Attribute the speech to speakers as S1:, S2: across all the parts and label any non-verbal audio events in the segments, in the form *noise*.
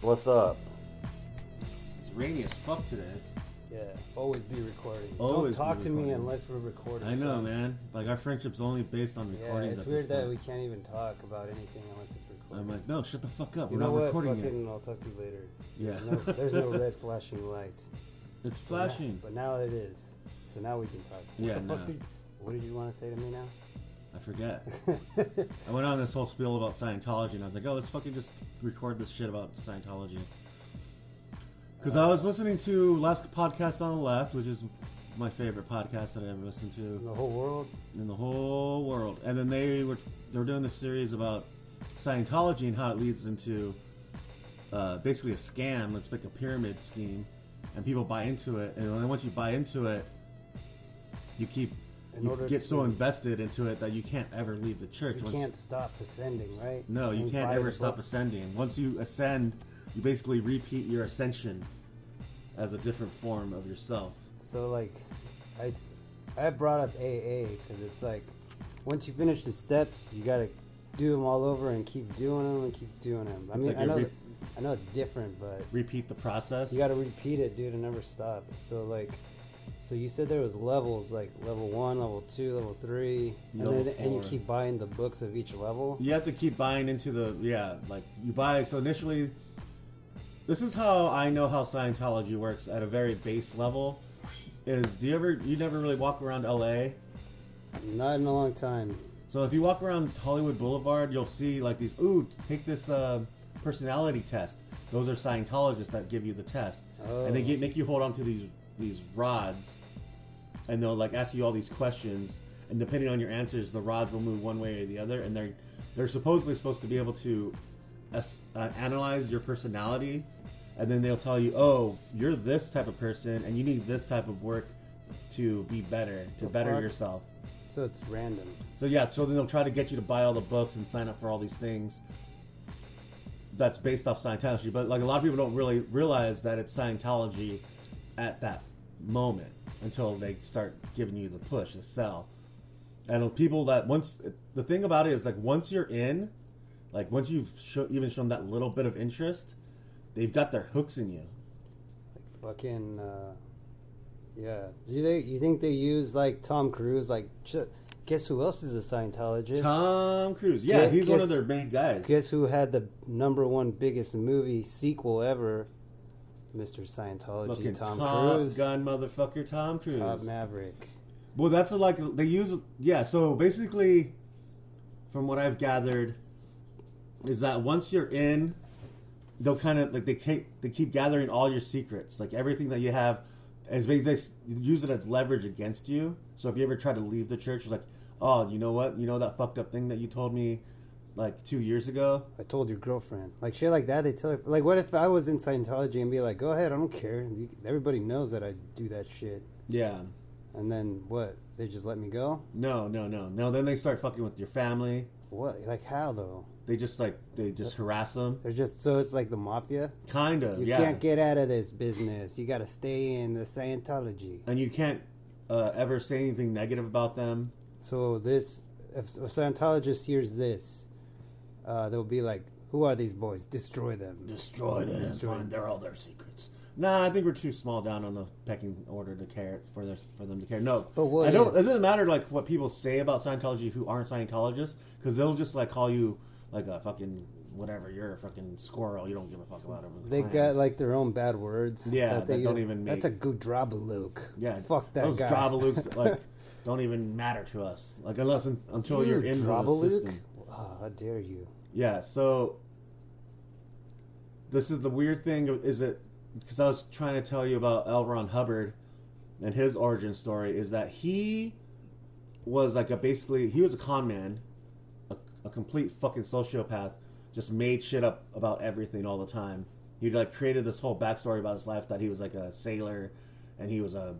S1: What's up?
S2: It's rainy as fuck today.
S3: Yeah, always be recording.
S2: Always be
S3: Don't talk to me
S2: recording.
S3: unless we're recording.
S2: I know,
S3: something.
S2: man. Like our friendship's only based on
S3: Yeah,
S2: recordings.
S3: it's
S2: at
S3: weird
S2: this
S3: that we
S2: point.
S3: can't even talk about anything unless it's recorded.
S2: I'm like, no, shut the fuck up.
S3: you
S2: We're
S3: know
S2: not
S3: what?
S2: recording yet.
S3: Fucking, I'll talk to you later.
S2: Yeah,
S3: No, there's
S2: *laughs*
S3: no red flashing light.
S2: it's
S3: But now-
S2: flashing.
S3: But now it is. So now we can talk. What
S2: Yeah,
S3: the fuck
S2: no.
S3: did, what did you want to say to me
S2: I forget.
S3: now?
S2: I went on this whole spiel about Scientology, and I was like, oh, let's fucking just record this shit about Scientology. Because I was listening to last podcast on the left, which is my favorite podcast that I ever listened to.
S3: In *laughs* the whole world?
S2: in the whole world. And then they were they were doing this series about Scientology and how it leads into uh, basically a scam. Let's make a pyramid scheme, and people buy into it. And then once you buy into it, you keep
S3: In
S2: you
S3: order
S2: get so
S3: to-
S2: invested into it that you can't ever leave the church.
S3: You
S2: once-
S3: can't stop ascending, right?
S2: no, you
S3: And
S2: can't
S3: buy
S2: ever
S3: the
S2: stop
S3: book.
S2: ascending. Once you ascend, you basically repeat your ascension as a different form of yourself.
S3: So like, I, s- I brought up AA because it's like, once you finish the steps, you gotta do them all over and keep doing them and keep doing them. I mean,
S2: It's like
S3: I
S2: you're
S3: know,
S2: re-
S3: that- I know it's different, but
S2: Repeat the process.
S3: you gotta repeat it, dude, and never stop. So like, so you said there was levels, like level one, level two, level three,
S2: Level
S3: and then and you
S2: four.
S3: keep buying the books of each level.
S2: You have to keep buying into the yeah, like you buy so initially this is how I know how Scientology works at a very base level. Is do you ever you never really walk around LA?
S3: Not in a long time.
S2: So if you walk around Hollywood Boulevard, you'll see like these, ooh, take this uh, personality test. Those are Scientologists that give you the test. And they
S3: Oh.
S2: get, make you hold on to these these rods and they'll like ask you all these questions and depending on your answers, the rods will move one way or the other and they're they're supposedly supposed to be able to as, uh, analyze your personality and then they'll tell you, "Oh, you're this type of person and you need this type of work to be better, to
S3: The
S2: better
S3: fuck?
S2: yourself."
S3: So it's random.
S2: So yeah, so then they'll try to get you to buy all the books and sign up for all these things. That's based off Scientology, but like a lot of people don't really realize that it's Scientology at that moment until they start giving you the push, the sell. And people that once the thing about it is like once you're in, like once you've sho- even shown that little bit of interest, they've got their hooks in you.
S3: Fucking uh, yeah. Do they? You think they use like Tom Cruise? Like, ch- guess who else is a Scientologist?
S2: Tom Cruise, yeah,
S3: Guess-
S2: he's one
S3: guess-
S2: of their main guys.
S3: Guess who had the number one biggest movie sequel ever? Mr. Scientology,
S2: Fucking
S3: Tom
S2: Top
S3: Cruise,
S2: Gun motherfucker, Tom Cruise.
S3: Top Maverick.
S2: Well, that's a, like they use yeah. So basically, from what I've gathered, is that once you're in, they'll kind of like they keep they keep gathering all your secrets, like everything that you have, as they, they s- use it as leverage against you. So if you ever try to leave the church, you're like, oh, you know what, you know that fucked up thing that you told me, like two years ago.
S3: I told your girlfriend, like shit like that. They tell her, like, what if I was in Scientology and be like, go ahead, I don't care. You, everybody knows that I do that shit.
S2: Yeah.
S3: And then what? They just let me go?
S2: No, no, no, no. Then they start fucking with your family.
S3: What? Like how though?
S2: They just like they just harass them,
S3: They're just so it's like the mafia.
S2: kind of.
S3: You
S2: yeah.
S3: can't get out of this business. You got to stay in the Scientology.
S2: and you can't uh, ever say anything negative about them.
S3: So this, if a Scientologist hears this, uh, they'll be like, "Who are these boys? Destroy them."
S2: Destroy them.
S3: Destroy.
S2: Find their all their secrets. Nah, I think we're too small down on the pecking order to care for their, for them to care. No,
S3: But what
S2: I don't.
S3: is-
S2: It doesn't matter like what people say about Scientology who aren't Scientologists because they'll just like call you like a fucking whatever. You're a fucking squirrel. You don't give a fuck about it.
S3: They got like their own bad words.
S2: Yeah, that don't
S3: use.
S2: even
S3: That's a
S2: make-
S3: Gudrabaluk.
S2: yeah,
S3: fuck that
S2: those
S3: guy. *laughs*
S2: Drabalukes like don't even matter to us. Like unless until you're in the
S3: Drabaluk?
S2: system.
S3: Oh, how dare you?
S2: Yeah, so this is the weird thing is it because I was trying to tell you about L. Ron Hubbard and his origin story is that he was like a basically he was a con man, a, a complete fucking sociopath, just made shit up about everything all the time. He like created this whole backstory about his life that he was like a sailor and he was a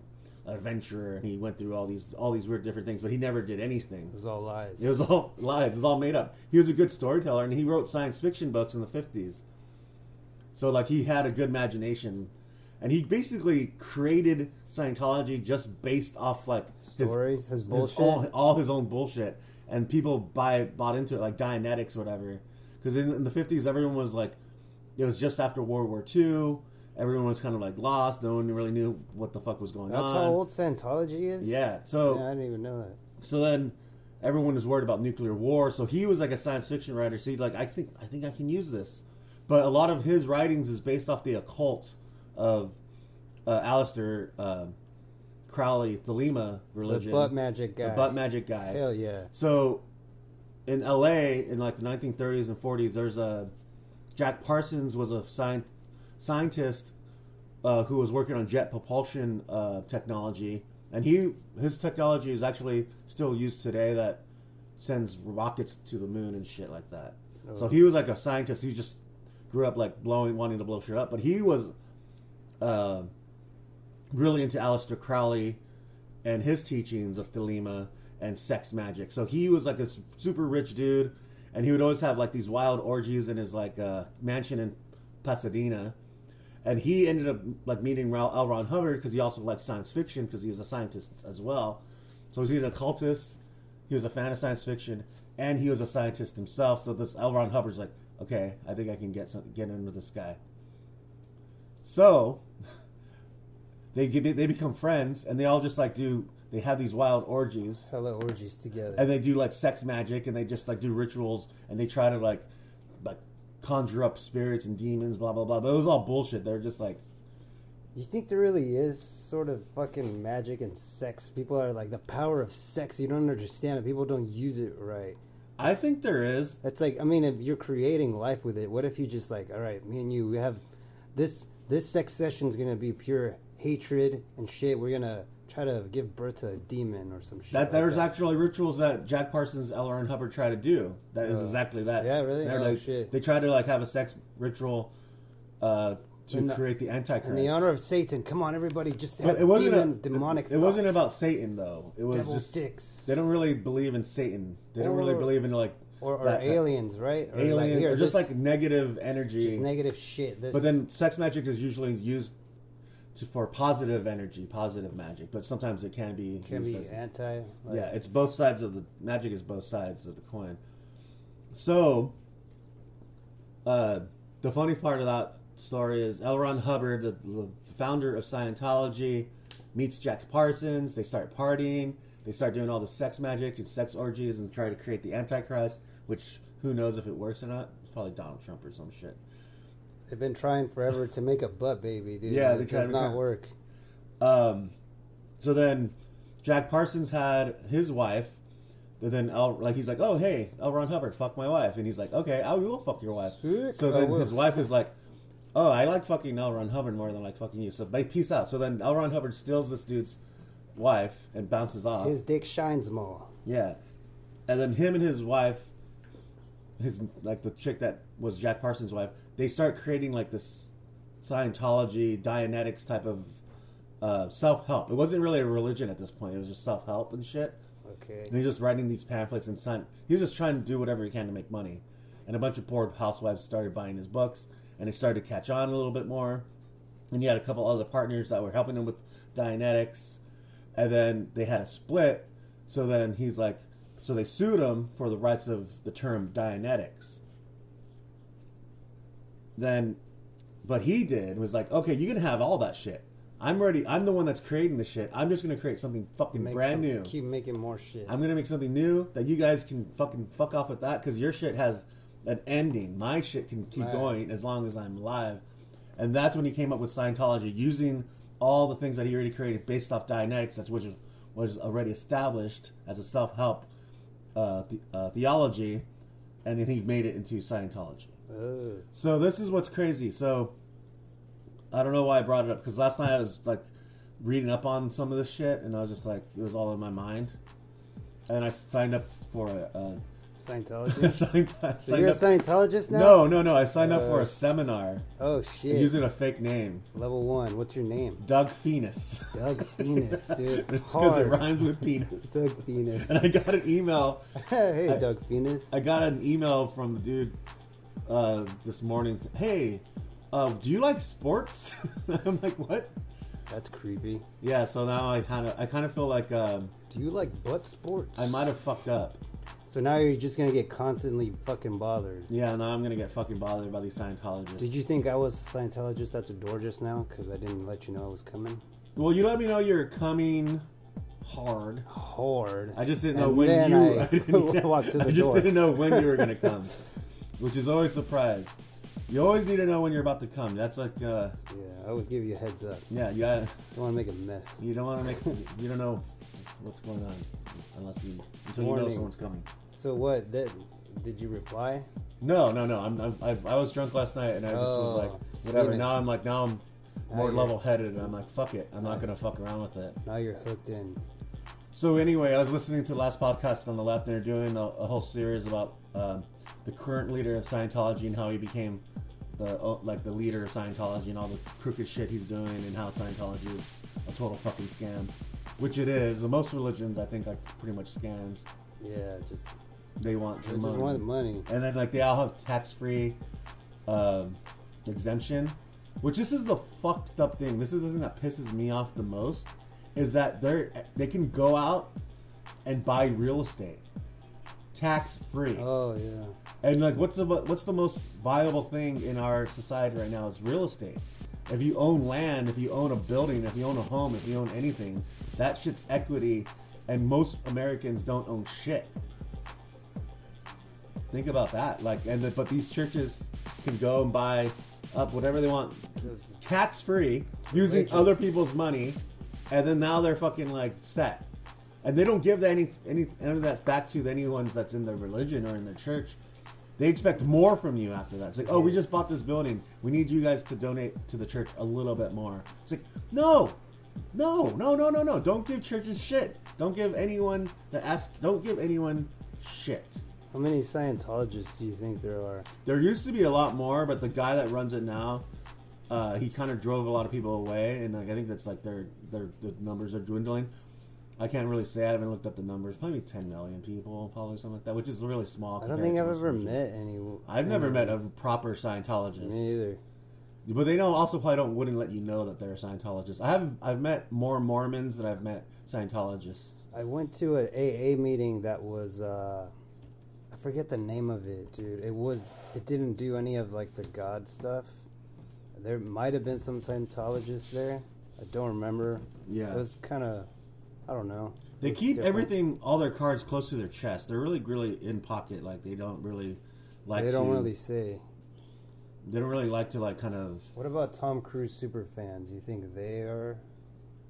S2: adventurer and he went through all these all these weird different things, but he never did anything.
S3: It was all lies.
S2: It was all *laughs* lies. It was all made up. He was a good storyteller, and he wrote science fiction books in the fifties. So like he had a good imagination, and he basically created Scientology just based off like his,
S3: Stories, his
S2: his
S3: bullshit.
S2: all, all his own bullshit, and people buy bought into it like Dianetics or whatever. Because in, in the fifties, everyone was like, it was just after World War II. Everyone was kind of like lost. No one really knew what the fuck was going
S3: That's
S2: on.
S3: how old Scientology is?
S2: Yeah.
S3: Yeah,
S2: So
S3: I didn't even know that.
S2: so then everyone was worried about nuclear war. So he was like a science fiction writer. So he'd like, I think I think I can use this. But a lot of his writings is based off the occult of uh, Alistair um Crowley, Thelema religion,
S3: The butt magic guy.
S2: the butt magic guy.
S3: Hell yeah.
S2: So in LA in like the 1930s and 40s, there's a Jack Parsons was a scient- scientist uh, who was working on jet propulsion uh, technology, and he his technology is actually still used today that sends rockets to the moon and shit like that. So
S3: Oh.
S2: he was like a scientist. He just grew up like blowing, wanting to blow shit up. But he was uh, really into Aleister Crowley and his teachings of Thelema and sex magic. So he was like a s- super rich dude, and he would always have like these wild orgies in his like uh, mansion in Pasadena. And he ended up like meeting Ra- L. Ron Hubbard because he also liked science fiction because he was a scientist as well. So he was an occultist, he was a fan of science fiction, and he was a scientist himself. So this L. Ron Hubbard's like, okay, I think I can get some, get in with this guy. So *laughs* they get, they become friends, and they all just like do they have these wild orgies
S3: Hella orgies together.
S2: and they do like sex magic and they just like do rituals and they try to like like conjure up spirits and demons blah blah blah but it was all bullshit they're just like
S3: You think there really is sort of fucking magic and sex? People are like the power of sex. You don't understand it. People don't use it right.
S2: i think there is
S3: That's like I mean, if you're creating life with it, what if you just like, all right, me and you, we have this this sex session's gonna be pure hatred and shit. We're gonna try to give birth to a demon or some shit.
S2: that
S3: like
S2: there's actually rituals that jack parsons L. Ron hubbard try to do that is
S3: Oh.
S2: exactly that
S3: Yeah, really?
S2: scenario.
S3: Oh,
S2: They-
S3: shit.
S2: they try to like have a sex ritual uh to
S3: In the-
S2: create the antichrist
S3: in the honor of Satan. Come on, everybody, just have
S2: but it wasn't
S3: demon,
S2: a,
S3: demonic.
S2: it, it wasn't
S3: thoughts.
S2: about satan though it was
S3: devil's
S2: just
S3: dicks.
S2: they don't really believe in satan they don't really
S3: Or-
S2: believe in like
S3: or, or
S2: that type-
S3: aliens, right? Or
S2: aliens
S3: here,
S2: or just
S3: this-
S2: like negative energy
S3: just negative shit. This,
S2: But then sex magic is usually used to, for positive energy, positive magic, but sometimes it can be
S3: can
S2: used
S3: be
S2: as-
S3: anti. like-
S2: yeah, it's both sides of the magic is both sides of the coin. So uh, the funny part of that story is L. Ron Hubbard, the, the founder of Scientology, meets Jack Parsons. They start partying. They start doing all the sex magic and sex orgies and try to create the Antichrist, which who knows if it works or not. It's probably Donald Trump or some shit.
S3: They've been trying forever to make a butt baby, dude.
S2: Yeah,
S3: and
S2: they
S3: it
S2: tried
S3: does
S2: to
S3: not
S2: make-
S3: work.
S2: Um, so then Jack Parsons had his wife. And then L, like he's like, oh hey, L. Ron Hubbard, fuck my wife, and he's like, okay, I will fuck your wife.
S3: Sick,
S2: So
S3: I
S2: then
S3: will.
S2: his wife is like, oh, I like fucking L. Ron Hubbard more than I like fucking you. So bye, peace out. So then L. Ron Hubbard steals this dude's wife and bounces off.
S3: His dick shines more.
S2: Yeah, and then him and his wife, his like the chick that was Jack Parsons' wife, they start creating like this Scientology, Dianetics type of uh, self help. It wasn't really a religion at this point; it was just self help and shit.
S3: Okay.
S2: And he was just writing these pamphlets and sign. He was just trying to do whatever he can to make money. And a bunch of poor housewives started buying his books, and he started to catch on a little bit more. And he had a couple other partners that were helping him with Dianetics. And then they had a split. So then he's like, so they sued him for the rights of the term Dianetics. Then but he did was like, okay, you can have all that shit. I'm ready. I'm the one that's creating the shit. I'm just gonna create something fucking
S3: Make
S2: brand
S3: some-
S2: new.
S3: Keep making more shit.
S2: I'm gonna make something new that you guys can fucking fuck off with that because your shit has an ending. My shit can keep
S3: Right.
S2: going as long as I'm alive, and that's when he came up with Scientology, using all the things that he already created based off Dianetics, that's which was already established as a self-help uh, the, uh, theology, and then he made it into Scientology. *laughs*
S3: Ugh.
S2: So this is what's crazy. So I don't know why I brought it up because last night I was like reading up on some of this shit, and I was just like, it was all in my mind. And I signed up for a, a *laughs*
S3: Scientologist.
S2: signed,
S3: so
S2: signed
S3: you're a
S2: up.
S3: Scientologist now?
S2: no, no, no. I signed up for
S3: Uh,
S2: a seminar
S3: Oh shit.
S2: using a fake name,
S3: Level one. What's your name?
S2: Doug Phoenix.
S3: Doug Venus,
S2: *laughs*
S3: dude.
S2: Because it
S3: Hard.
S2: rhymes with penis.
S3: Doug Venus.
S2: And I got an email.
S3: *laughs* hey,
S2: I-
S3: Doug Venus.
S2: I got an email from the dude uh, this morning. Hey, uh, do you like sports? *laughs* I'm like, what?
S3: That's creepy.
S2: Yeah, so now I kind of I kind of feel like um,
S3: Do you like butt sports?
S2: I might have fucked up.
S3: So now you're just gonna get constantly fucking bothered.
S2: Yeah, now I'm gonna get fucking bothered by these Scientologists.
S3: Did you think I was a Scientologist at the door just now? Because I didn't let you know I was coming.
S2: Well, you let me know you're coming hard.
S3: Hard.
S2: I just didn't know
S3: And
S2: when
S3: then
S2: you. *laughs*
S3: I *laughs*
S2: didn't-
S3: walked to the
S2: I just
S3: door.
S2: didn't know when you were gonna come, which is always surprised. You always need to know when you're about to come. That's like, uh,
S3: Yeah, I always give you a heads up.
S2: yeah, you gotta,
S3: Don't want to make a mess.
S2: you don't want to make, you don't know what's going on unless you until you know
S3: Warning.
S2: someone's coming.
S3: So what? That, did you reply?
S2: No, no, no. I'm, I'm I, I was drunk last night, and I just
S3: Oh,
S2: was like, whatever.
S3: sweet.
S2: Now I'm like, now I'm more
S3: you're-
S2: level-headed, and I'm like, fuck it. I'm not gonna fuck around with it.
S3: Now you're hooked in.
S2: So anyway, I was listening to the last podcast on the left, and they're doing a, a whole series about um, the current leader of Scientology and how he became the uh, like the leader of Scientology and all the crooked shit he's doing, and how Scientology is a total fucking scam, which it is. And Most religions, I think, are pretty much scams.
S3: Yeah, just
S2: They want
S3: I
S2: your
S3: just
S2: money,
S3: want money.
S2: and then like they all have tax-free um, exemption, which this is the fucked up thing. This is the thing that pisses me off the most is that they they can go out and buy real estate tax free.
S3: Oh yeah.
S2: And like, what's the what's the most viable thing in our society right now is real estate. If you own land, if you own a building, if you own a home, if you own anything, that shit's equity. And most Americans don't own shit. Think about that. Like, and the, but these churches can go and buy up whatever they want,
S3: Just,
S2: tax free, using
S3: Rachel.
S2: other people's money, and then now they're fucking like set, and they don't give that any any any of that back to anyone that's in their religion or in their church. They expect more from you after that. It's like, oh, we just bought this building. We need you guys to donate to the church a little bit more. It's like, no, no, no, no, no, no. Don't give churches shit. Don't give anyone that asks. Don't give anyone shit.
S3: how many Scientologists do you think there are?
S2: There used to be a lot more, but the guy that runs it now, uh, he kind of drove a lot of people away, and like, I think that's like their their the numbers are dwindling. I can't really say. I haven't looked up the numbers. Probably 10 million people, probably something like that, which is really small.
S3: I don't
S2: compared
S3: think
S2: to
S3: I've
S2: most
S3: ever
S2: religions.
S3: met any.
S2: I've never
S3: any-
S2: met a proper Scientologist,
S3: Me either.
S2: but they don't also probably don't wouldn't let you know that they're a Scientologist. I have I've met more Mormons than I've met Scientologists.
S3: I went to an AA meeting that was uh I forget the name of it, dude. It was it didn't do any of like the god stuff. There might have been some Scientologists there. I don't remember.
S2: Yeah,
S3: It was kind of I don't know.
S2: They
S3: It's
S2: keep
S3: different.
S2: everything, all their cards close to their chest. They're really, really in pocket. Like they don't really like.
S3: they don't
S2: to,
S3: really say.
S2: They don't really like to like kind of.
S3: What about Tom Cruise super fans? You think they are?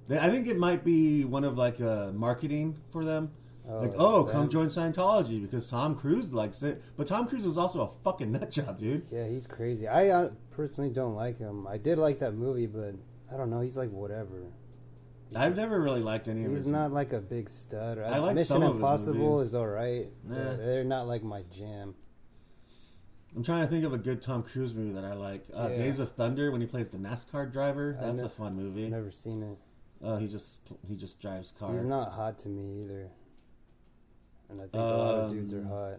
S2: They, I think it might be one of like uh, marketing for them. like, oh, come
S3: them?
S2: join Scientology because Tom Cruise likes it. But Tom Cruise is also a fucking nut job, dude.
S3: Yeah, he's crazy. I uh, personally don't like him. I did like that movie, but I don't know. He's like whatever.
S2: I've never really liked any of
S3: He's
S2: his.
S3: not like a big stud.
S2: I like
S3: Mission
S2: some of his
S3: Impossible
S2: movies.
S3: is all right. but
S2: Nah.
S3: They're not like my jam.
S2: I'm trying to think of a good Tom Cruise movie that I like. Uh,
S3: Yeah.
S2: Days of Thunder when he plays the NASCAR driver.
S3: I
S2: That's
S3: ne-
S2: a fun movie.
S3: I've never seen it.
S2: Uh, he just he just drives cars.
S3: He's not hot to me either. And I think a lot of dudes are
S2: Um,
S3: hot.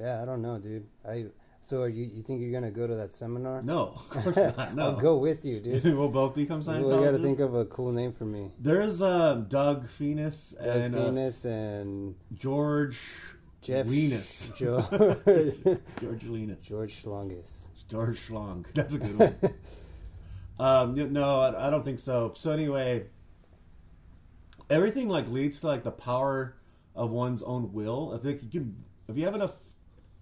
S3: Yeah, I don't know, dude. I so are you you think you're gonna go to that seminar?
S2: No,
S3: *laughs*
S2: *laughs* of course not. No.
S3: I'll go with you, dude.
S2: *laughs* we'll both become
S3: We
S2: Scientologists.
S3: gotta think of a cool name for me.
S2: There's um, Doug Phoenix
S3: Doug
S2: and uh,
S3: Venus and
S2: George
S3: Jeff
S2: Venus. *laughs*
S3: George
S2: George Linus.
S3: *laughs* George Schlongus.
S2: George Schlong. *laughs* That's a good one. um, y- no, I, I don't think so. So anyway, everything like leads to like the power of one's own will. If they can, if you have enough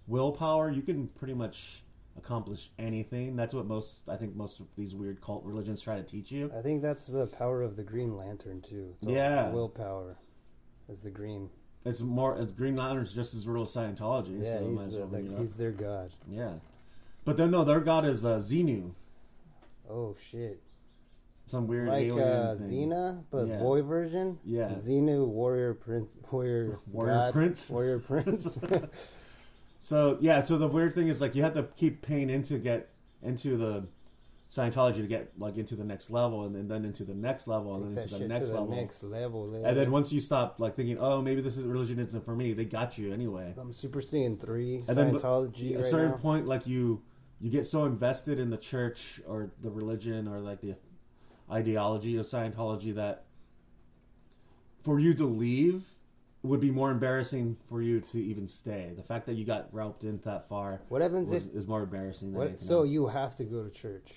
S2: willpower, you can pretty much accomplish anything. That's what most I think most of these weird cult religions try to teach you.
S3: *laughs* I think that's the power of the Green Lantern too. The
S2: Yeah.
S3: willpower is the green.
S2: It's more. It's Green Lantern's just as real as Scientology.
S3: Yeah,
S2: so might
S3: he's,
S2: as
S3: the,
S2: well,
S3: the-
S2: you know.
S3: he's their god.
S2: Yeah. But then no, their god is uh, Xenu,
S3: Oh shit!
S2: some weird
S3: Like
S2: alien
S3: uh,
S2: thing.
S3: Xena, but
S2: Yeah.
S3: boy version.
S2: Yeah.
S3: Xenu warrior prince, *laughs* warrior
S2: *laughs* Warrior
S3: god,
S2: prince?
S3: warrior
S2: *laughs*
S3: prince.
S2: So yeah, so the weird thing is like you have to keep paying into get into the Scientology to get like into the next level, and then, then into the next level,
S3: Take
S2: and then
S3: that
S2: into the
S3: shit
S2: next
S3: to the
S2: level.
S3: next level.
S2: And then once you stop like thinking, oh, maybe this is religion isn't for me, they got you anyway.
S3: I'm Super Saiyan three
S2: And then
S3: Scientology
S2: at a
S3: right
S2: certain
S3: now.
S2: point, like you, you get so invested in the church or the religion or like the ideology of Scientology that for you to leave would be more embarrassing for you to even stay. The fact that you got roped in that far
S3: What happens
S2: was,
S3: if?
S2: is more embarrassing than
S3: What,
S2: anything
S3: so
S2: else.
S3: you have to go to church,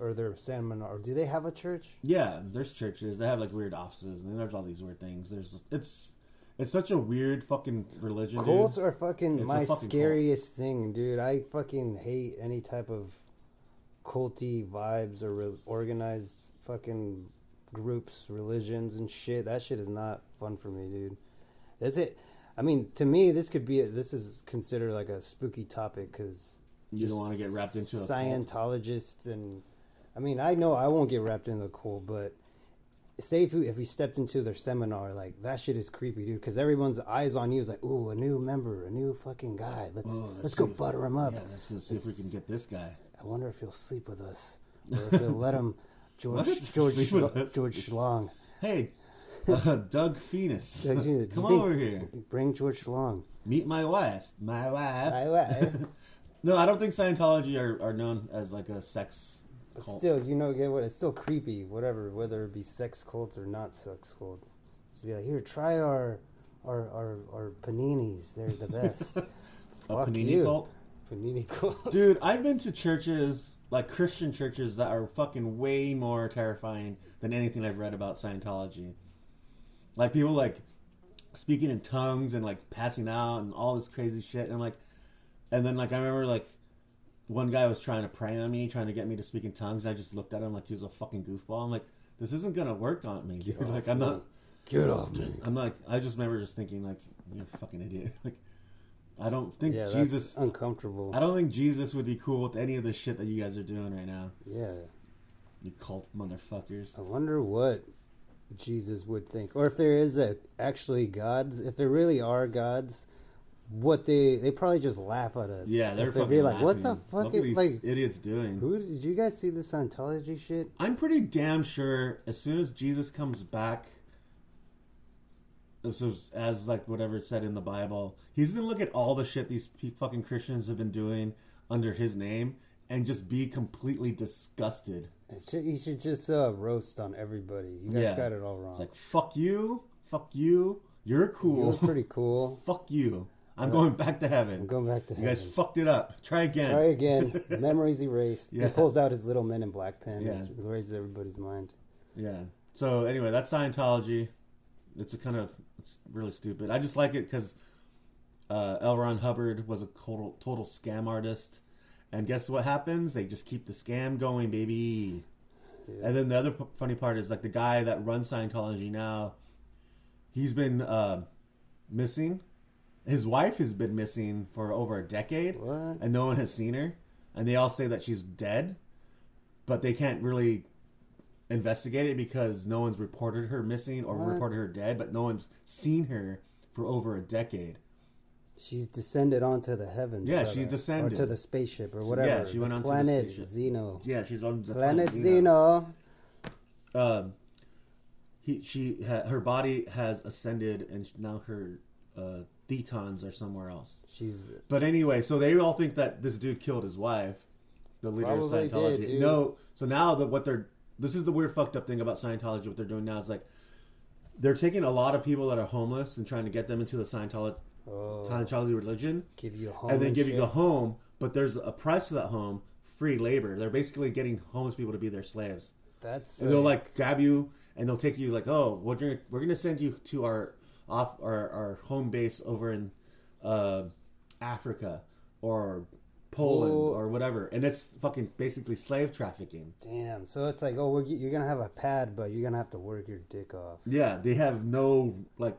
S3: or their San Bernard? Do they have a church?
S2: Yeah, there's churches. They have like weird offices, and there's all these weird things. There's it's it's such a weird fucking religion. dude.
S3: Cults are fucking
S2: It's a
S3: my
S2: fucking
S3: scariest thing, dude. I fucking hate any type of culty vibes or re- organized fucking groups, religions, and shit. That shit is not fun for me, dude. Is it? I mean, to me, this could be this is considered like a spooky topic because
S2: You don't want to get wrapped into a cult.
S3: Scientologists and I mean I know I won't get wrapped into the cool, but say if you if we stepped into their seminar, like that shit is creepy, dude. Because everyone's eyes on you is like, ooh, a new member, a new fucking guy. Let's
S2: Oh,
S3: let's,
S2: let's
S3: go
S2: see.
S3: butter him up.
S2: Yeah, let's, let's see if we can get this guy.
S3: I wonder if he'll sleep with us or if he'll let him.
S2: *laughs*
S3: George
S2: What?
S3: George
S2: Sleep with
S3: Schlo-
S2: us?
S3: George
S2: *laughs*
S3: Schlong.
S2: Hey, uh, *laughs* Doug Phoenix,
S3: Doug Phoenix,
S2: *laughs* come
S3: you think-
S2: over here.
S3: Bring George Schlong.
S2: Meet my wife. My wife.
S3: My wife.
S2: *laughs* no, I don't think Scientology are, are known as like a sex
S3: But
S2: cult.
S3: still, you know, get what? It's still creepy, whatever, whether it be sex cults or not sex cults. So be like, here, try our our our, our paninis. They're the best.
S2: *laughs* a
S3: fuck
S2: panini
S3: you.
S2: cult.
S3: Panini cults.
S2: *laughs* Dude, I've been to churches, like Christian churches, that are fucking way more terrifying than anything I've read about Scientology. Like people like speaking in tongues and like passing out and all this crazy shit. And I'm like, and then like I remember like one guy was trying to prey on me, trying to get me to speak in tongues. And I just looked at him like he was a fucking goofball. I'm like, this isn't gonna work on me, dude.
S3: off
S2: Like I'm
S3: me.
S2: not.
S3: Get off
S2: *laughs*
S3: me.
S2: I'm like. I just remember just thinking like, you're a fucking idiot. *laughs* Like, I don't think
S3: Yeah,
S2: Jesus.
S3: that's uncomfortable.
S2: I don't think Jesus would be cool with any of the shit that you guys are doing right now.
S3: Yeah,
S2: You cult motherfuckers.
S3: I wonder what Jesus would think, or if there is a, actually gods. If there really are gods, what they they probably just laugh at us.
S2: Yeah, they're
S3: If they'd
S2: fucking
S3: be like, "What the
S2: laughing.
S3: fuck?"
S2: What are
S3: Is,
S2: these
S3: like,
S2: idiots doing?
S3: who did you guys see the Scientology shit?
S2: I'm pretty damn sure as soon as Jesus comes back, as, as like whatever it said in the Bible, he's gonna look at all the shit these pe- fucking Christians have been doing under his name and just be completely disgusted.
S3: It should- You should just uh, roast on everybody. You guys
S2: Yeah.
S3: got it all wrong.
S2: It's like fuck you, fuck you, you're
S3: you
S2: cool,
S3: were
S2: *laughs*
S3: pretty cool.
S2: fuck you. I'm going back to
S3: I'm
S2: heaven.
S3: going back to
S2: You guys
S3: heaven.
S2: *laughs* fucked it up. Try again.
S3: Try again.
S2: *laughs*
S3: Memories erased.
S2: Yeah.
S3: He pulls out his little men in black pen.
S2: Yeah.
S3: It raises everybody's mind.
S2: Yeah. So anyway, that's Scientology. It's a kind of it's really stupid. I just like it because uh, L. Ron Hubbard was a total total scam artist, and guess what happens? They just keep the scam going, baby.
S3: Yeah.
S2: And then the other p- funny part is like the guy that runs Scientology now, he's been uh, missing. His wife has been missing for over a decade
S3: What?
S2: and no one has seen her, and they all say that she's dead, but they can't really investigate it because no one's reported her missing or
S3: What?
S2: reported her dead, but no one's seen her for over a decade.
S3: She's descended onto the heavens.
S2: Yeah,
S3: brother.
S2: she's descended.
S3: Or to the spaceship or whatever.
S2: yeah, she
S3: The
S2: went onto the
S3: planet
S2: spaceship.
S3: Zeno.
S2: Yeah, she's on the
S3: Planet Zeno.
S2: Um, he, she, ha, her body has ascended, and now her uh, thetons are somewhere else.
S3: She's
S2: But anyway, so they all think that this dude killed his wife, the leader
S3: Probably
S2: of Scientology.
S3: did, dude.
S2: no, so now that what they're this is the weird fucked up thing about Scientology. What they're doing now is like they're taking a lot of people that are homeless and trying to get them into the Scientology,
S3: oh,
S2: Scientology religion,
S3: give you a home
S2: and then giving
S3: shit.
S2: a home. But there's a price for that home, free labor. They're basically getting homeless people to be their slaves.
S3: That's
S2: And they'll like grab you and they'll take you like, oh, we're gonna, we're gonna send you to our off our, our home base over in uh, Africa or Poland
S3: Oh.
S2: or whatever, and it's fucking basically slave trafficking.
S3: damn. So it's like, oh, we're, you're gonna have a pad, but you're gonna have to work your dick off.
S2: Yeah, they have no like.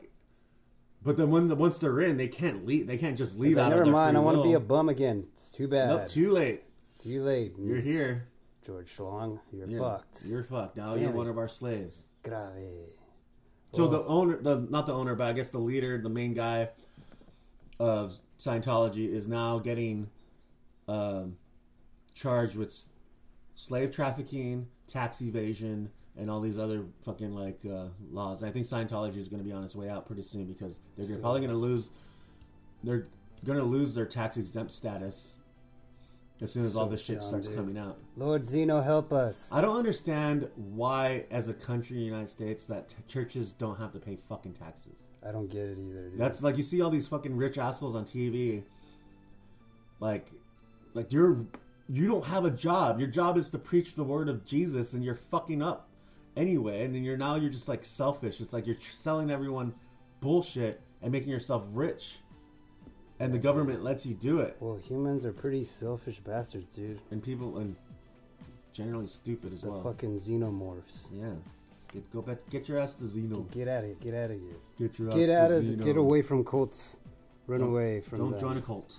S2: But then when the, once they're in, they can't leave. They can't just leave
S3: It's like,
S2: out.
S3: Never
S2: of their
S3: mind. I
S2: want to
S3: be a bum again. It's too bad.
S2: Nope, too late.
S3: too late.
S2: You're here.
S3: George Schlong, you're
S2: Yeah,
S3: fucked.
S2: You're fucked. Now
S3: Damn
S2: you're
S3: it.
S2: one of our slaves.
S3: Grave. Well-
S2: So the owner, the not the owner, but I guess the leader, the main guy of Scientology is now getting um, charged with s- slave trafficking, tax evasion, and all these other fucking like uh, laws. I think Scientology is going to be on its way out pretty soon because they're
S3: Sure.
S2: probably going to lose. They're going to lose their tax exempt status as soon as all
S3: So
S2: this shit
S3: dumb,
S2: starts
S3: dude.
S2: coming out.
S3: Lord Zeno, help us.
S2: I don't understand why, as a country in the United States, that t- churches don't have to pay fucking taxes.
S3: I don't get it either. Dude.
S2: That's like you see all these fucking rich assholes on TV. Like, like you're you don't have a job. Your job is to preach the word of Jesus, and you're fucking up anyway. And then you're now you're just like selfish. It's like you're selling everyone bullshit and making yourself rich, and the government lets you do it.
S3: well, humans are pretty selfish bastards, dude.
S2: And people and generally stupid as
S3: The
S2: well.
S3: fucking xenomorphs.
S2: Yeah, get go back. Get your ass to Xeno.
S3: Get out of here! Get out of here!
S2: Get your ass
S3: Get out
S2: to
S3: of!
S2: Xeno.
S3: Get away from cults! Run
S2: Don't-
S3: away from.
S2: Don't
S3: them.
S2: join a cult.